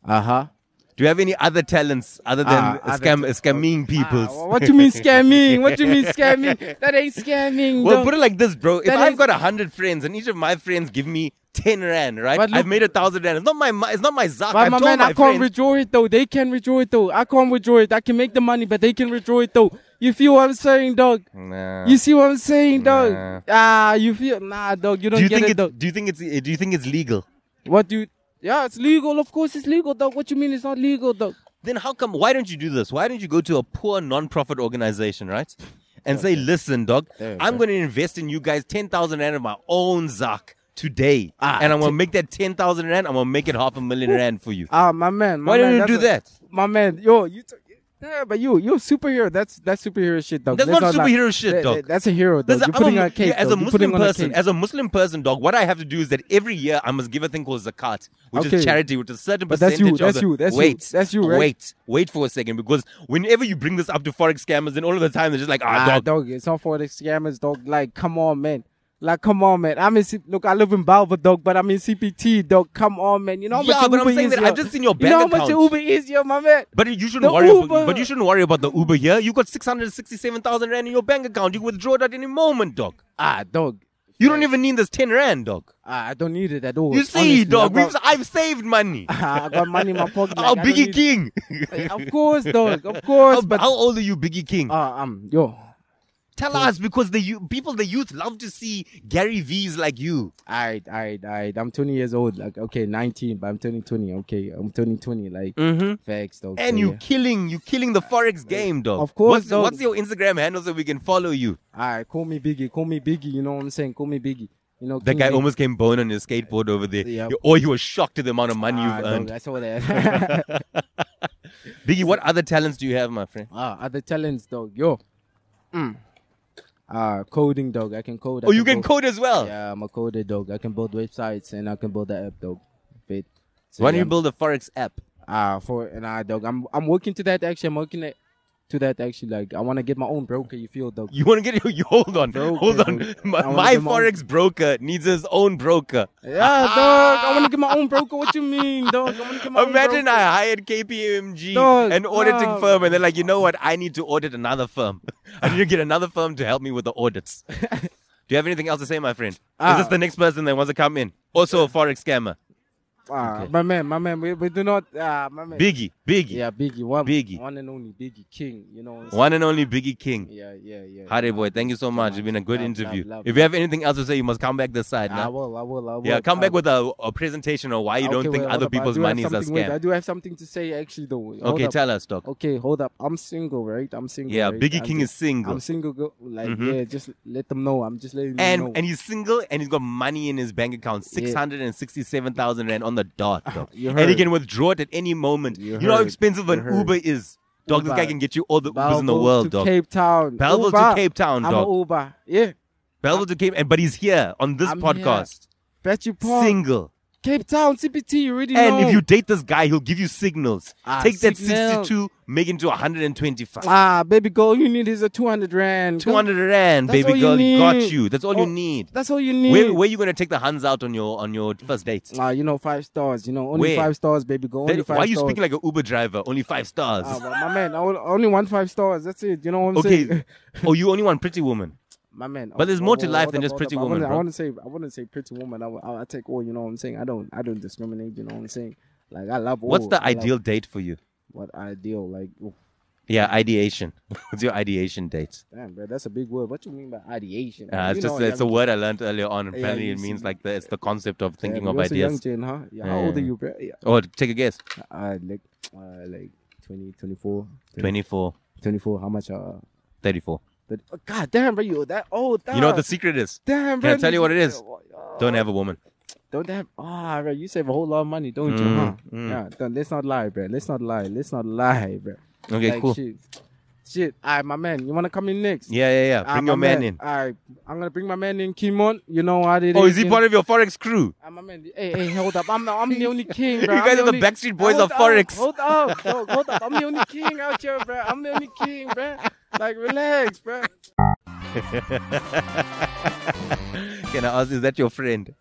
Uh huh.
Do you have any other talents other than
Ah, other
scam scamming people?
Ah, what you mean scamming? What you mean scamming? That ain't scamming.
Well,
dog.
put it like this, bro. If
That
I've
is-
got a hundred friends and each of my friends give me ten rand, right?
But
I've
look-
made a thousand rand. It's not my, mo- it's not my zakat.
But
I've
my
told
man,
my
I can't
friends,
withdraw it though. They can withdraw it though. I can't withdraw it. I can make the money, but they can withdraw it though. You feel what I'm saying, dog?
Nah.
You see what I'm saying, dog?
Nah.
Ah, you feel nah, dog. You don't
do you
get
think
it,
it,
dog.
do you think it's uh, do you think it's legal?
What do you? Yeah, it's legal. Of course, it's legal, dog. What you mean it's not legal, dog?
Then how come? Why don't you do this? Why don't you go to a poor non-profit organization, right? And say, listen, dog,
There you
I'm going to invest in you guys ten thousand rand of my own zak today,
Ah,
and I'm going to make that ten thousand rand. I'm going to make it half a million rand for you.
Ah, my man. My
Why
man,
don't you
that's
do
a-
that?
My man, yo, you. T- Yeah, but you, you're a superhero. That's that's superhero shit, dog.
That's
Let's
not
lie.
superhero shit,
That-
dog.
that- That's a hero, dog.
That's a-
You're
I'm a
putting
mu-
on a cake.
yeah, as
dog.
a
You're putting
Muslim
on a
person,
cake.
as a Muslim person, dog, what I have to do is that every year I must give a thing called zakat, which
Okay.
is charity, which is a certain
But that's
percentage
you,
of
that's
the-
you, that's you,
wait,
that's you, right?
wait, wait for a second, because whenever you bring this up to forex scammers, then all of the time they're just like, ah,
Ah,
dog,
dog, it's not for the scammers, dog. Like, come on, man. Like, come on, man. I'm in. C- Look, I live in Balva, dog, but I'm in CPT, dog. Come on, man. You know how
Yeah,
much
but I'm
Uber
saying
is,
that
yo?
I've just seen your
You know how
bank
much the
account.
Uber is, yo, my man.
But you shouldn't
The
worry.
Uber.
About, but you shouldn't worry about the Uber here. You got six hundred sixty-seven thousand rand in your bank account. You can withdraw that any moment, dog.
Ah, dog.
You don't even need this ten rand, dog.
Ah, I don't need it at all.
You see,
honestly.
dog.
I
We've,
got,
I've saved money.
I got money in my pocket.
Our
Like, I don't
Biggie Oh,
need-
King.
Of course, dog. Of course.
How,
but
how old are you, Biggie King?
uh, um, yo,
Tell us because the you, people, the youth, love to see Gary V's like you.
all right, all right, all right. I'm 20 years old. Like, okay, 19, but I'm turning 20. Okay, I'm turning 20. Like,
Mm-hmm.
facts, dog.
And
So,
you
yeah.
killing, you killing the forex game, dog.
Of course,
What's,
dog.
what's your Instagram handle so we can follow you?
All right, call me Biggie. Call me Biggie. You know what I'm saying? Call me Biggie. You know
That
King
guy
Biggie.
almost came bone on his skateboard over there.
Yeah.
You- Or you were shocked at the amount of money
Ah,
you've
dog,
earned.
I saw that.
Biggie, what other talents do you have, my friend?
Ah, other talents, dog. Yo. Mm. Uh, coding, dog. I can code. I
Oh, you can
build-
code as well.
Yeah, I'm a coder, dog. I can build websites and I can build the app, dog. Fit. So,
Why don't
yeah,
you build a forex app?
Ah, for and I, dog. I'm I'm working to that actually. I'm working it to that actually. Like I want to get my own broker. You feel, dog?
You want to get your you, hold on,
Broker,
hold on.
dude.
My,
I wanna
my
get my own-
forex broker needs his own broker.
Yeah,
Ah.
dog. I want to get my own broker. What you mean, dog? I want to get my own
Imagine
broker.
I hired KPMG,
Dog,
an auditing
no.
firm, and they're like, you know what? I need to audit another firm. I need to get another firm to help me with the audits. Do you have anything else to say, my friend? Is this
Ah.
the next person that wants to come in? Also a forex scammer.
Ah, my man, my man. We, we do not. Ah, my man.
Biggie, Biggie,
Yeah, Biggie. One,
Biggie.
One and only Biggie King. You know. What I'm saying?
one and only Biggie King.
Yeah, yeah, yeah.
Hare boy, thank you so much. It's been a good
Love,
interview.
love, love, Ah,
if you have anything else to say, you must come back this side.
I
nah?
will. I will. I will.
Yeah, come
I
back
will.
with a, a presentation on why you don't
Ah, Okay,
think
wait, hold
other
up. I
people's
do have
money is a
something- wait, I
scam.
do have something to say actually though. Hold
Okay,
up.
tell us, doc.
Okay, hold up. I'm single, right? I'm single.
Yeah,
right?
Biggie
I'm
King
just-
is single.
I'm single, girl. Like,
Mhm.
yeah, just let them know. I'm just letting
and
them know.
and he's single and he's got money in his bank account,
Yeah.
six hundred and sixty-seven thousand rand on the dot, dog.
You
and he
heard.
can withdraw it at any moment. You, know how
heard.
expensive an
You heard.
Uber is, dog. This guy
Uber.
can get you all the Ubers in the
Belleville
world,
to
dog.
Cape Town.
Belleville to
Uber.
Cape Town,
I'm
dog.
a Uber. Yeah.
Belleville to Cape, and but he's here on this
I'm here.
podcast,
Bet you Paul.
single.
Cape Town, CPT, you already
And
know.
if you date this guy, he'll give you signals.
Ah,
Take that
signal.
sixty-two, make it to one hundred and twenty-five.
Ah, baby girl, you need is a 200 rand.
Two hundred rand,
That's all
baby
you
girl, you got
need.
you. That's all
Oh, Mm.
you need.
That's all you need.
Where, where you gonna take the hands out on your on your first date?
Ah, you know, five stars. You know, only
Where?
five stars, baby girl. Only
Then
five
why are you
stars.
speaking like an Uber driver? Only five stars.
Ah, well, my man, I will- I only want five stars. That's it. You know what I'm
okay.
saying?
oh, you only want pretty woman.
my man.
But there's more to life
hold
than just
hold
pretty
I
woman,
wouldn't-
bro.
I wouldn't say I wouldn't say pretty woman. I, would- I, I take all. You know what I'm saying? I don't I don't discriminate. You know what I'm saying? Like I love all.
What's the
I love-
ideal date for you?
what ideal? Like oof,
Yeah, ideation. What's your ideation date?
damn, bro, that's a big word. What you mean by ideation?
Uh, it's
You
just
know,
it's a
young-
word I learned earlier on. and
Yeah,
Apparently,
you
it means
see-
like the, it's the concept of
damn,
thinking
you
of
also Young
ideas.
Jin, huh? Yeah, how old are
Yeah.
you, bro? Yeah,
Oh, take a guess.
uh, like uh, like 20, 24,
24,
24. How much? Uh,
34.
but, oh, God damn, bro, you that old?
You know what
dog.
the secret is?
damn,
Can
bro.
I tell you what it is?
Oh,
Don't have a woman.
Don't they have ah, bro? You save a whole lot of money, don't you?
Mm,
Huh?
mm.
Yeah. Don't, let's not lie, bro. Let's not lie. Let's not lie, bro.
Okay,
like,
cool.
Shit, shit. All right, my man. You wanna come in next?
Yeah, yeah, yeah.
Ah,
Bring
my
your man in.
All right, I'm gonna bring my man in, Kimon. You know how it is.
Oh, is he
you
part
know?
of your forex crew?
Ah, my man. Hey, hey, hold up. I'm the, I'm the only king, bro.
You
I'm
guys
the
are the
only-
Backstreet Boys
Hold
of Forex.
Up, hold up, dog, hold up. I'm the only king out here, bro. I'm the only king, bro. Like, relax, bro.
Can I ask? Is that your friend?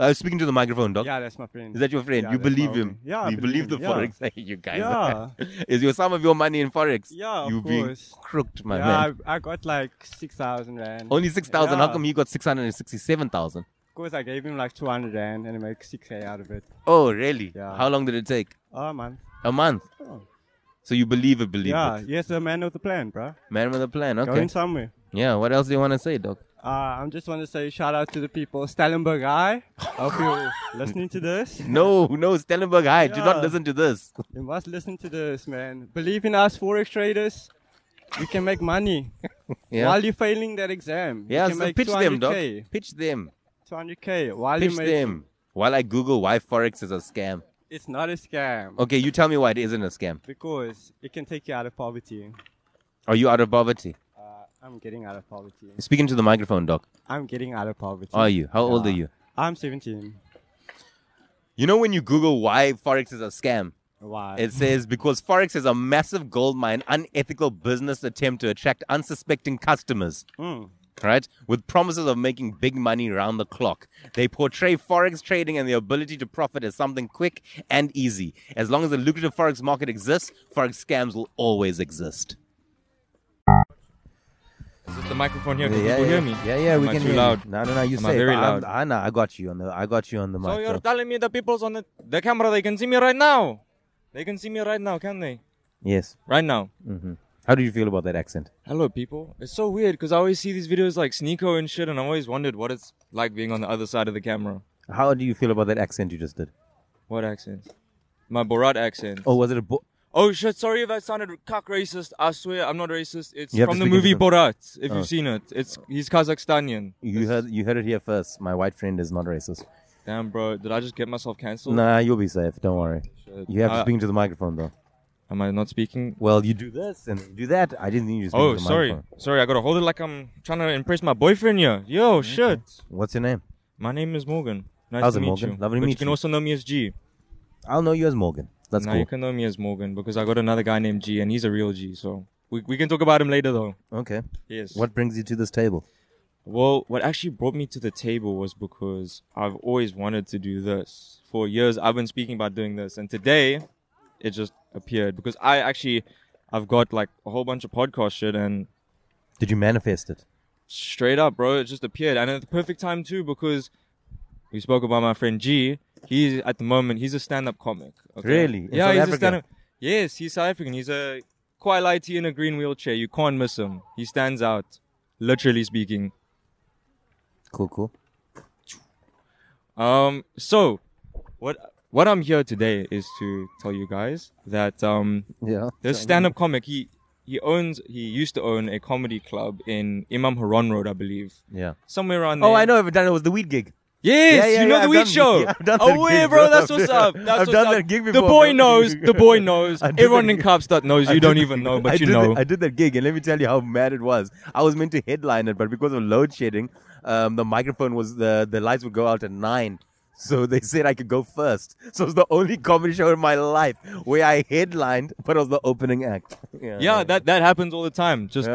I was speaking to the microphone, dog.
Yeah, that's my friend.
Is that your friend?
Yeah,
you
that's my
believe
only-
him?
Yeah, I
You believe,
believe
the
him,
forex? you guys.
Yeah.
Is your some of your money in forex?
Yeah, of
You being
course.
crooked, my
yeah,
man.
I, I got like six thousand rand.
Only six thousand. How
Yeah.
come you got six hundred and sixty-seven thousand?
Of course, I gave him like two hundred rand, and he made six k out of it.
Oh, really?
Yeah.
How long did it take?
Oh man.
A month. So you believe it, believe
Yeah,
it.
yes, a man with a plan, bro.
Man with a plan. Okay.
Going somewhere.
Yeah. What else do you want to say, dog?
Uh, I just want to say shout out to the people Stellenberg High. I hope you're listening to this.
No, no, Stellenberg High. Do not
Yeah.
listen to this.
You must listen to this, man. Believe in us, forex traders. You can make money
Yeah.
while you're failing that exam.
yeah.
you can
so
make
pitch them, dog.
200K.
Pitch them.
200k while
Pitch
you make
them. While I Google why forex is a scam.
It's not a scam.
Okay, you tell me why it isn't a scam.
Because it can take you out of poverty.
Are you out of poverty?
Uh, I'm getting out of poverty.
Speaking to the microphone, Doc.
I'm getting out of poverty.
Are you? How old are you?
I'm 17.
You know when you Google why Forex is a scam?
Why?
It says because Forex is a massive gold mine, unethical business attempt to attract unsuspecting customers.
Mm.
Right? With promises of making big money round the clock. They portray Forex trading and the ability to profit as something quick and easy. As long as the lucrative Forex market exists, Forex scams will always exist.
The microphone here.
Yeah,
Can
yeah,
people
yeah.
hear me?
Yeah, yeah, we
Am I
can
too
hear you.
loud.
No, no, no, you
Am I
safe.
very
I'm-
loud.
I know, I got you on the. I got you on the mic.
so you're
bro.
telling me the people's on the, the camera they can see me right now. They can see me right now, can they?
Yes.
Right now.
hmm How do you feel about that accent?
Hello, people. It's so weird because I always see these videos like Sneeko and shit, and I always wondered what it's like being on the other side of the camera.
How do you feel about that accent you just did?
What accent? My Borat accent.
Oh, was it a? Bo-
Oh shit! Sorry if I sounded cock racist. I swear I'm not racist. It's
You have
from
to
the
speak
movie
into the-
Borat. If
Oh.
you've seen it, it's he's Kazakhstanian.
you heard you heard it here first. My white friend is not racist.
Damn, bro, did I just get myself cancelled?
Nah, you'll be safe. Don't worry.
Shit.
You have to
Uh,
speak into the microphone though.
Am I not speaking?
Well, you do this and you do that. I didn't need you to speak
Oh,
into the
sorry,
microphone.
sorry. I gotta hold it like I'm trying to impress my boyfriend here. Yo, shit.
What's your name?
My name is Morgan. Nice
How's
to
it,
meet
Morgan?
you.
Lovely to
But
meet
you. can
you.
also know me as G.
I'll know you as Morgan. That's
now
cool.
you can know me as Morgan because I got another guy named G, and he's a real G. So we we can talk about him later though.
Okay.
Yes.
What brings you to this table?
Well, what actually brought me to the table was because I've always wanted to do this. For years, I've been speaking about doing this, and today it just appeared because I actually I've got like a whole bunch of podcast shit and
Did you manifest it?
straight up, bro, it just appeared, and at the perfect time too because we spoke about my friend G. He's at the moment he's a stand-up comic.
Really? In
yeah,
South
he's
Africa?
a stand-up. Yes, he's South African. He's a quite lighty in a green wheelchair. You can't miss him. He stands out, literally speaking.
Cool, cool.
Um, so what what I'm here today is to tell you guys that um
yeah
this stand-up comic he he owns he used to own a comedy club in Imam Haran Road, I believe.
Yeah.
Somewhere around there.
Oh, I know. I've done it. Was the weed gig?
Yes,
Yeah, yeah,
you know
yeah,
the
I've
weed
done-
show.
yeah, I've done
oh
that
wait,
gig,
bro,
bro.
that's what's up.
I've
That's what's
done
up.
that gig
The
before,
boy
bro.
knows. The boy knows.
I did
Everyone
that
in
gig.
Kapstadt knows.
I
You don't
did-
even know, but
I
you
did
know.
that- I did that gig, and let me tell you how mad it was. I was meant to headline it, but because of load shedding, um, the microphone was the the lights would go out at nine. So they said I could go first. So it's the only comedy show in my life where I headlined, but it was the opening act. Yeah,
that that happens all the time. Just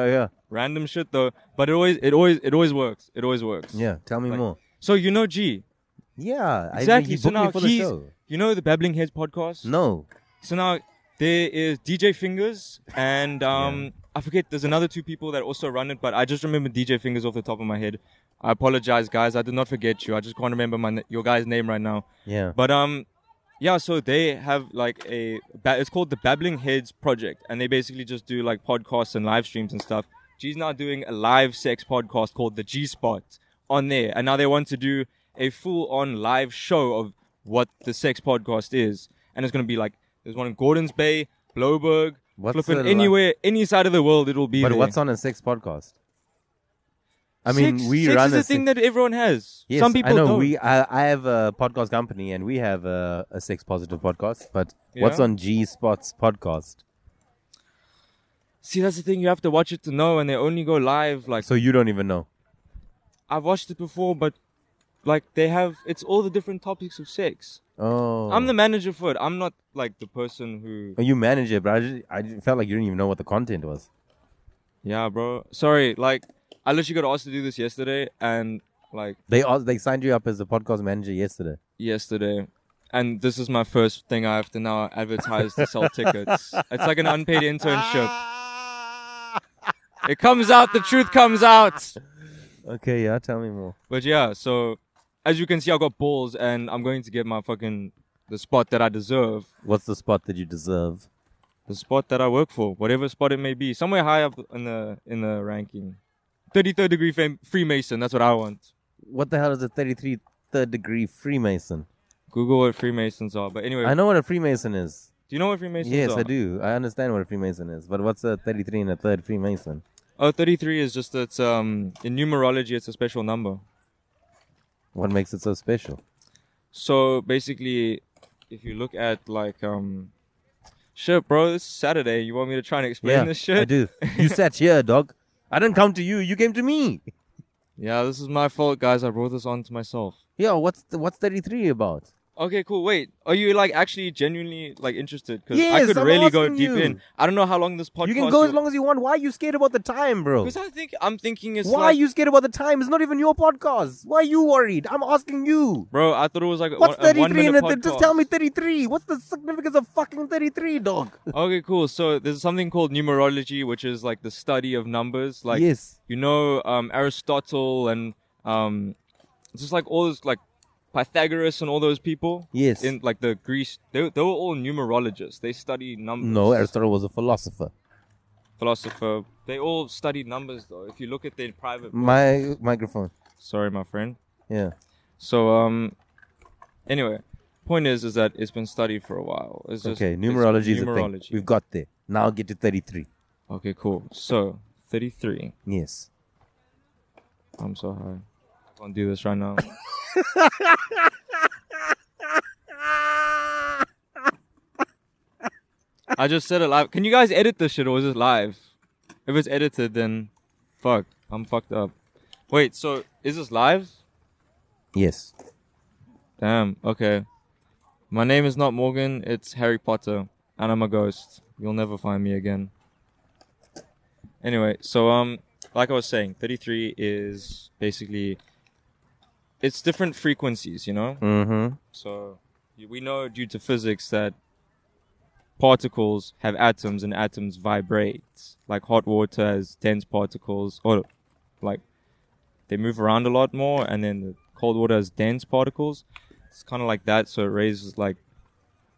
random shit though. But it always it always it always works. It always works.
Yeah, tell me more.
So you know G.
Yeah, I-
exactly.
he
so
booked me
now
for the
he's-
show.
you know the Babbling Heads podcast.
No.
So now there is DJ Fingers and um I forget. There's another two people that also run it, but I just remember DJ Fingers off the top of my head. I apologize, guys. I did not forget you. I just can't remember my na- your guy's name right now.
Yeah.
But um, yeah. So they have like a ba- it's called the Babbling Heads Project, and they basically just do like podcasts and live streams and stuff. G's now doing a live sex podcast called the G Spot on there, and now they want to do a full-on live show of what the sex podcast is, and it's gonna be like there's one in Gordon's Bay, Bloberg,
What's
flipping
the li-
anywhere, any side of the world, it'll be.
But
there.
what's on a sex podcast? I mean,
Sex-
we
sex
run
is
a
a thing that everyone has.
Yes,
Some people
I know.
don't.
We I, I have a podcast company and we have a, a sex positive podcast. But what's
Yeah.
on G Spots podcast?
See, that's the thing. You have to watch it to know, and they only go live like.
So you don't even know.
I've watched it before, but like they have, it's all the different topics of sex.
Oh,
I'm the manager for it. I'm not like the person who.
Oh, you manage it, but I just, I just felt like you didn't even know what the content was.
Yeah, bro. Sorry, like I literally got asked to do this yesterday, and like
They asked- they signed you up as the podcast manager yesterday.
yesterday. And this is my first thing I have to now advertise to sell tickets. It's like an unpaid internship. It comes out, the truth comes out.
Okay, yeah, tell me more.
But yeah, so as you can see, I got balls, and I'm going to get my fucking the spot that I deserve,
What's the spot that you deserve?
the spot that I work for, whatever spot it may be, somewhere high up in the in the ranking. 33rd degree fam- Freemason, that's what I want.
What the hell is a 33 third degree Freemason?
Google what Freemasons are. But anyway,
I know what a Freemason is.
Do you know what Freemasons
yes,
are?
I do. I understand what a Freemason is. But what's a 33 and a third Freemason?
Oh, 33 is just it's um in numerology, it's a special number.
What makes it so special?
So basically, if you look at like um, shit, bro, this is Saturday. You want me to try and explain this shit?
I do. You sat here, dog. I didn't come to you. You came to me.
Yeah, this is my fault, guys. I brought this on to myself.
Yo, what's the, what's 33 about?
Okay, cool. Wait, are you like actually genuinely like interested? Because I
Yes,
could
I'm
really go
asking
deep
you.
in. I don't know how long this podcast.
You can go as long as you want. Why are you scared about the time, bro?
Because I think I'm thinking it's.
Why
like,
are you scared about the time? It's not even your podcast. Why are you worried? I'm asking you.
Bro, I thought it was like a
What's
one, a
33 in
one-minute
it? Just
podcast.
tell me 33. What's the significance of fucking 33, dog?
okay, cool. So there's something called numerology, which is like the study of numbers. Like
Yes.
you know um, Aristotle and um, just like all those like Pythagoras and all those people.
Yes.
In like the Greece, they, they were all numerologists. They study numbers.
No, Aristotle was a philosopher.
philosopher. They all studied numbers though. If you look at their private books.
My microphone.
Sorry, my friend.
Yeah.
So um, anyway, point is is that it's been studied for a while. It's just,
okay,
it's
numerology is a thing.
numerology.
We've got there. Now get to 33.
Okay, cool. So thirty three.
Yes.
I'm so high. I can't do this right now. I just said it live. Can you guys edit this shit or is it live? If it's edited, then fuck. I'm fucked up. Wait, so is this live?
Yes.
Damn, okay. My name is not Morgan, it's Harry Potter, and I'm a ghost. You'll never find me again. Anyway, so um like I was saying, 33 is basically it's different frequencies, you know?
Mhm.
So y- we know due to physics that particles have atoms and atoms vibrate. Like hot water has dense particles or like they move around a lot more and then the cold water has dense particles. It's kind of like that so it raises like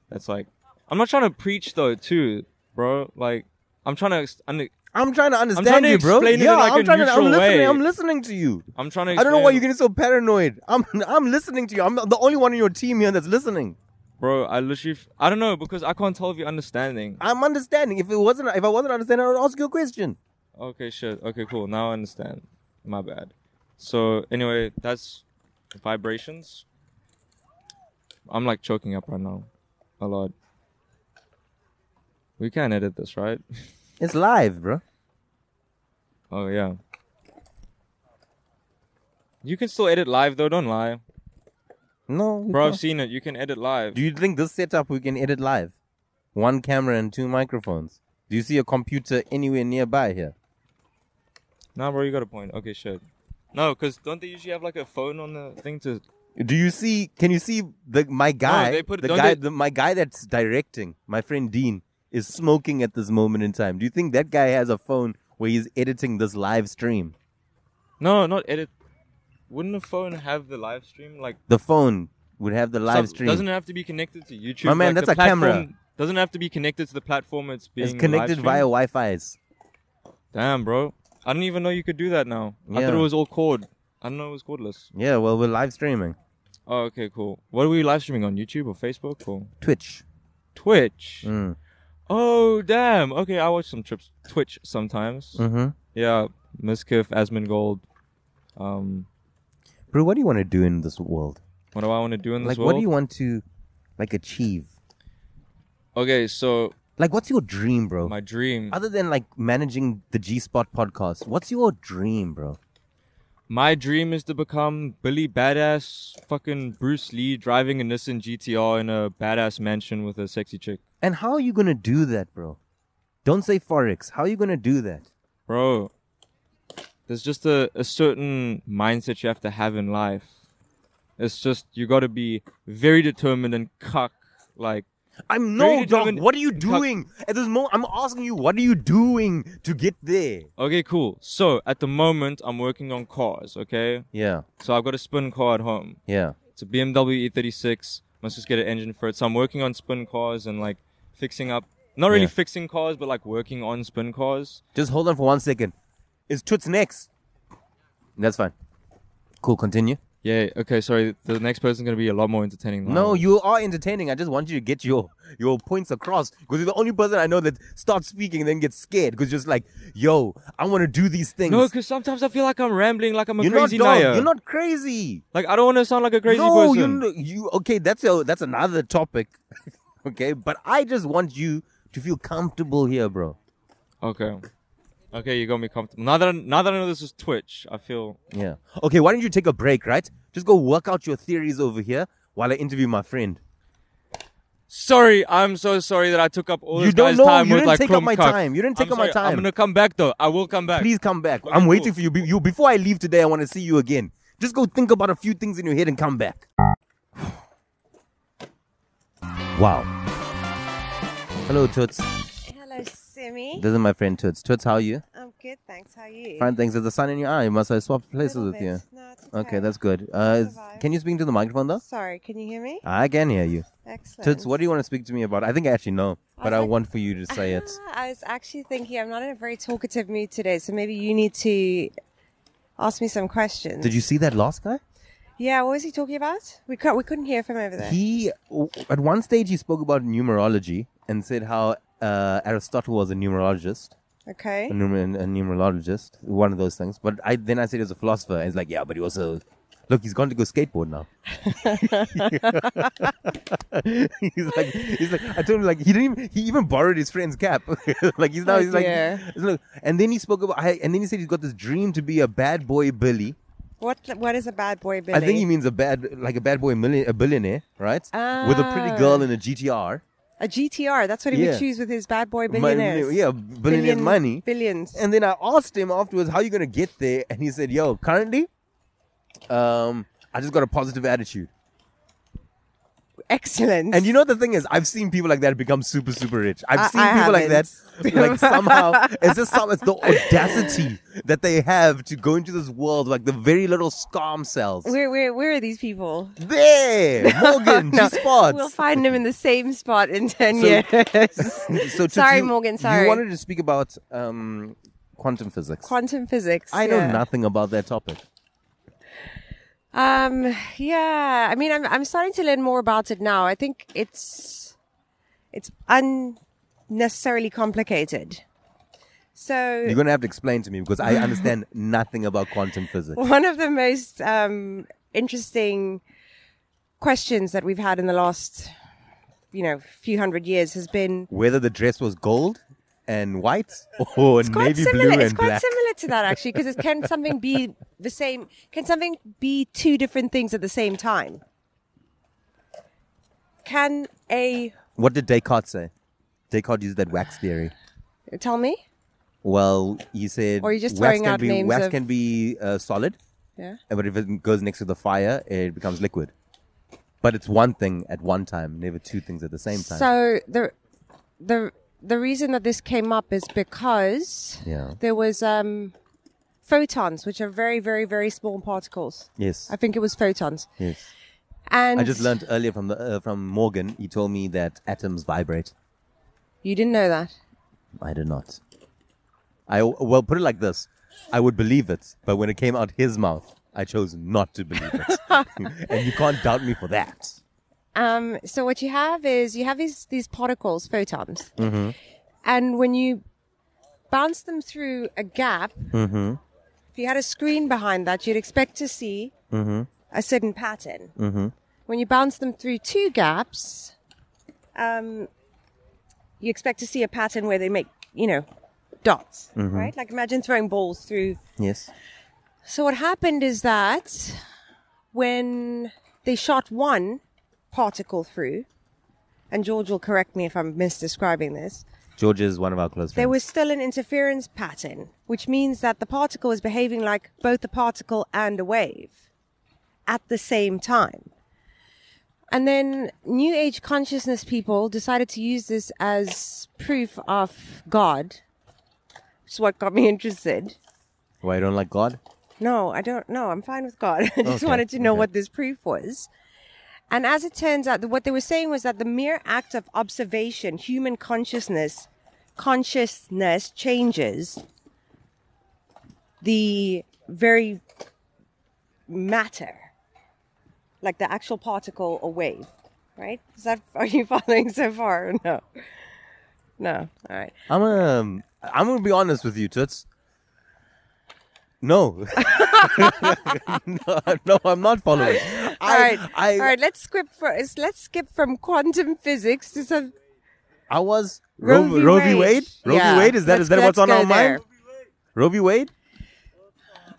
that's like I'm not trying to preach though too, bro. Like I'm trying to ex- un-
I'm trying to
trying
understand
to
you, bro.
explain it
yeah,
in, like,
I'm
a
trying to, I'm
neutral
listening.
way.
I'm listening to you.
I'm trying to
I don't know why
explain-
you're getting so paranoid. I'm I'm listening to you. I'm the only one on your team here that's listening.
Bro, I literally, f- I don't know because I can't tell if you're understanding.
I'm understanding. If it wasn't, if I wasn't understanding, I would ask you a question.
Okay, shit. Okay, cool. Now I understand. My bad. So anyway, that's vibrations. I'm like choking up right now, a lot. We can edit this, right?
It's live, bro.
Oh yeah. You can still edit live though. Don't lie.
No, we
Bro, I've
can't.
seen it. You can edit live.
Do you think this setup we can edit live? One camera and two microphones. Do you see a computer anywhere nearby here?
Nah, bro, you got a point. Okay, shit. No, because don't they usually have like a phone on the thing to?
Do you see? Can you see the my guy?
they put-
the
don't
guy,
they-
the, my guy that's directing, my friend Dean, is smoking at this moment in time. Do you think that guy has a phone where he's editing this live stream?
No, not edit. Wouldn't a phone have the live stream? Like
The phone would have the live
Some-
stream.
Doesn't have to be connected to YouTube.
My man,
like,
that's
the
a camera.
platform Doesn't have to be connected to the platform it's being.
it's connected via
live-streamed.
Wi-Fi's.
Damn, bro. I didn't even know you could do that now. I thought
Yeah.
it was all cord. I didn't know it was cordless.
Yeah, well, we're live streaming.
Oh, okay, cool. What are we live streaming on? YouTube or Facebook or
Twitch.
Twitch?
Mm.
Oh, damn. Okay, I watch some trips Twitch sometimes.
Mhm.
Yeah, Miskiff, Asmongold. Um,
Bro, what do you want to do in this world?
what do I want to do in
Like,
this
what
world?
do you want to, like, achieve?
Okay, so
Like, what's your dream, bro?
my dream.
Other than like managing the G Spot podcast, what's your dream, bro?
My dream is to become Billy Badass, fucking Bruce Lee, driving a Nissan GTR in a badass mansion with a sexy chick.
And how are you gonna do that, bro? Don't say forex. How are you gonna do that?
Bro, there's just a, a certain mindset you have to have in life. It's just, you gotta be very determined and cuck. Like,
I'm
very
no dog.
determined
What are you
and cuck.
doing at this moment? I'm asking you. What are you doing to get there?
Okay, cool. So, at the moment, I'm working on cars, okay?
Yeah,
So, I've got a spin car at home.
yeah.
It's a BMW E36. E Must just get an engine for it. So I'm working on spin cars and like fixing up, not really
Yeah.
fixing cars, but like working on spin cars.
Just hold on for one second. Is Toots next? That's fine. Cool. Continue.
Yeah. Okay. Sorry. The next person's gonna be a lot more entertaining. Than I
No,
was.
you are entertaining. I just want you to get your your points across because you're the only person I know that starts speaking and then gets scared because just like, yo, I want to do these things.
No, because sometimes I feel like I'm rambling, like I'm a
you're
crazy
not dumb.
liar.
You're not crazy.
Like I don't want to sound like a crazy
no,
person.
you you okay? That's a that's another topic. okay, but I just want you to feel comfortable here, bro.
Okay. Okay, you got me comfortable. Now that I, now that I know this is Twitch, I feel
Yeah. Okay, why don't you take a break, right? Just go work out your theories over here while I interview my friend.
Sorry, I'm so sorry that I took up all
You
this
don't
guy's
know.
time
You
with
didn't
like
take up
Chrome
my
Cuck.
time. You didn't
I'm
take up my
sorry, I'm
time.
gonna come back though. I will come back.
Please come back. I'm waiting for you. Be- you before I leave today. I want to see you again. Just go think about a few things in your head and come back. Wow. Hello, Toots.
Hello, Simi.
This is my friend Toots. Toots, how are you?
I'm good, thanks. How are you?
Fine, thanks. There's a sun in your eye. Must I swap places
Little
with you?
bit. No, it's
okay.
okay.
that's good. Uh, is- can you speak into the microphone though?
Sorry, can you hear me?
I can hear you.
Excellent.
Toots, what do you want to speak to me about? I think I actually know, but I,
was like-
want for you to say it.
Ah, I was actually thinking I'm not in a very talkative mood today, so maybe you need to ask me some questions.
Did you see that last guy?
Yeah, what was he talking about? We could we couldn't hear from over there.
He at one stage he spoke about numerology and said how uh, Aristotle was a numerologist.
Okay.
A, numer- a numerologist, one of those things. But I then I said he was a philosopher. And he's like, yeah, but he also look, he's gone to go skateboard now. he's like, he's like, I told him like he didn't even he even borrowed his friend's cap. like he's now
Oh,
he's like,
dear.
he's like- and then he spoke about I, and then he said he's got this dream to be a bad boy Billy.
What what is a bad boy Billy?
I think he means a bad like a bad boy million, a billionaire, right? With a pretty
Ah.
girl in a GTR.
a GTR. That's what he
Yeah.
would choose with his bad boy
My-
billionaires.
yeah, billionaire
Billion-
money.
Billions.
And then I asked him afterwards, "How you gonna get there?" And he said, "Yo, currently, um, I just got a positive attitude."
Excellent.
And you know the thing is, I've seen people like that become super, super rich. I've
I-
seen
I
people like that,
haven't.
like somehow it's just some, it's the audacity that they have to go into this world like the very little scum cells.
Where where where are these people?
There, Morgan,
No,
G-Spots.
We'll find him in the same spot in ten
So-
years.
so, Toots,
Sorry,
you-
Morgan,
You
sorry.
wanted to speak about um, quantum physics.
Quantum physics.
I know
yeah.
nothing about that topic.
Um, yeah. I mean, I'm I'm starting to learn more about it now. I think it's it's unnecessarily complicated. So
You're gonna have to explain to me because I understand nothing about quantum physics.
one of the most um, interesting questions that we've had in the last, you know, few hundred years has been
Whether the dress was gold and white or
quite
navy
similar.
blue and
it's quite
black.
similar to that actually, because can something be the same? Can something be two different things at the same time? Can a
What did Descartes say? Descartes used that wax theory.
tell me?
Well, he said
Or you're just
wax
throwing
can
out
be
names
wax
of-
can be uh, solid,
Yeah.
uh, but if it goes next to the fire, it becomes liquid. But it's one thing at one time, never two things at the same time.
So the the the reason that this came up is because
Yeah.
there was um, photons, which are very very very small particles.
Yes.
I think it was photons.
yes.
And
I just learned earlier from the uh, from Morgan. He told me that atoms vibrate.
You didn't know that.
I did not. I well put it like this: I would believe it, but when it came out his mouth, I chose not to believe it, and you can't doubt me for that.
Um, so what you have is you have these these particles, photons,
Mm-hmm.
and when you bounce them through a gap,
Mm-hmm.
if you had a screen behind that, you'd expect to see
Mm-hmm.
a certain pattern.
Mm-hmm.
When you bounce them through two gaps, um, you expect to see a pattern where they make, you know, dots,
Mhm.
right? Like imagine throwing balls through.
Yes.
So what happened is that when they shot one particle through, and George will correct me if I'm misdescribing this,
George is one of our close
there
friends.
was still an interference pattern, which means that the particle was behaving like both a particle and a wave at the same time. And then New Age consciousness people decided to use this as proof of God, which is what got me interested.
Why you don't like God?
No, I don't know. I'm fine with God. I just
Okay,
wanted to know
okay.
what this proof was. And as it turns out, what they were saying was that the mere act of observation, human consciousness, consciousness changes the very matter like the actual particle or wave, right? Is that are you following so far? or No, no. All right.
I'm um, I'm gonna be honest with you, Toots. No. no, no, I'm not following.
all right. all right. Let's skip for, let's skip from quantum physics to some.
I was
Roe
Roe,
v.
Roe v.
Wade.
Wade. Roe
Yeah,
v. Wade. Is that is
let's-
that what's on
let's
our
go there.
mind? Roe v. Wade.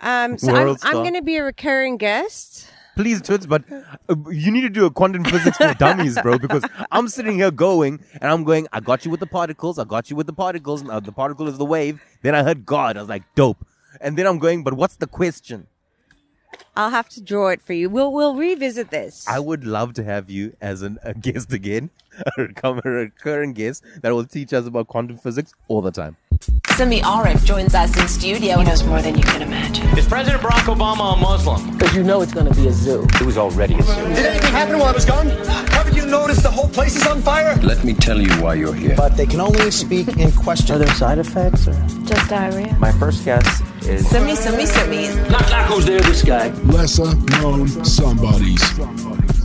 Um, so I'm,
World
I'm
star.
going to be a recurring guest.
Please, Toots, but uh, you need to do a quantum physics for dummies, bro, because I'm sitting here going, and I'm going, I got you with the particles, I got you with the particles, now the particle is the wave. Then I heard God, I was like, dope. And then I'm going, but what's the question?
I'll have to draw it for you. We'll we'll revisit this.
I would love to have you as an, a guest again, a recurring- a recurring guest that will teach us about quantum physics all the time.
Simi Arif joins us in studio. He knows more than you can imagine.
Is President Barack Obama a Muslim?
Because you know it's going to be a zoo. It was already a zoo.
Did anything happen while I was gone? Haven't you noticed the whole place is on fire?
Let me tell you why you're here. But they can only speak in question. Are there side effects? Or?
Just diarrhea.
My first guess is
Simi, Simi, Simi.
Lesser known somebodies.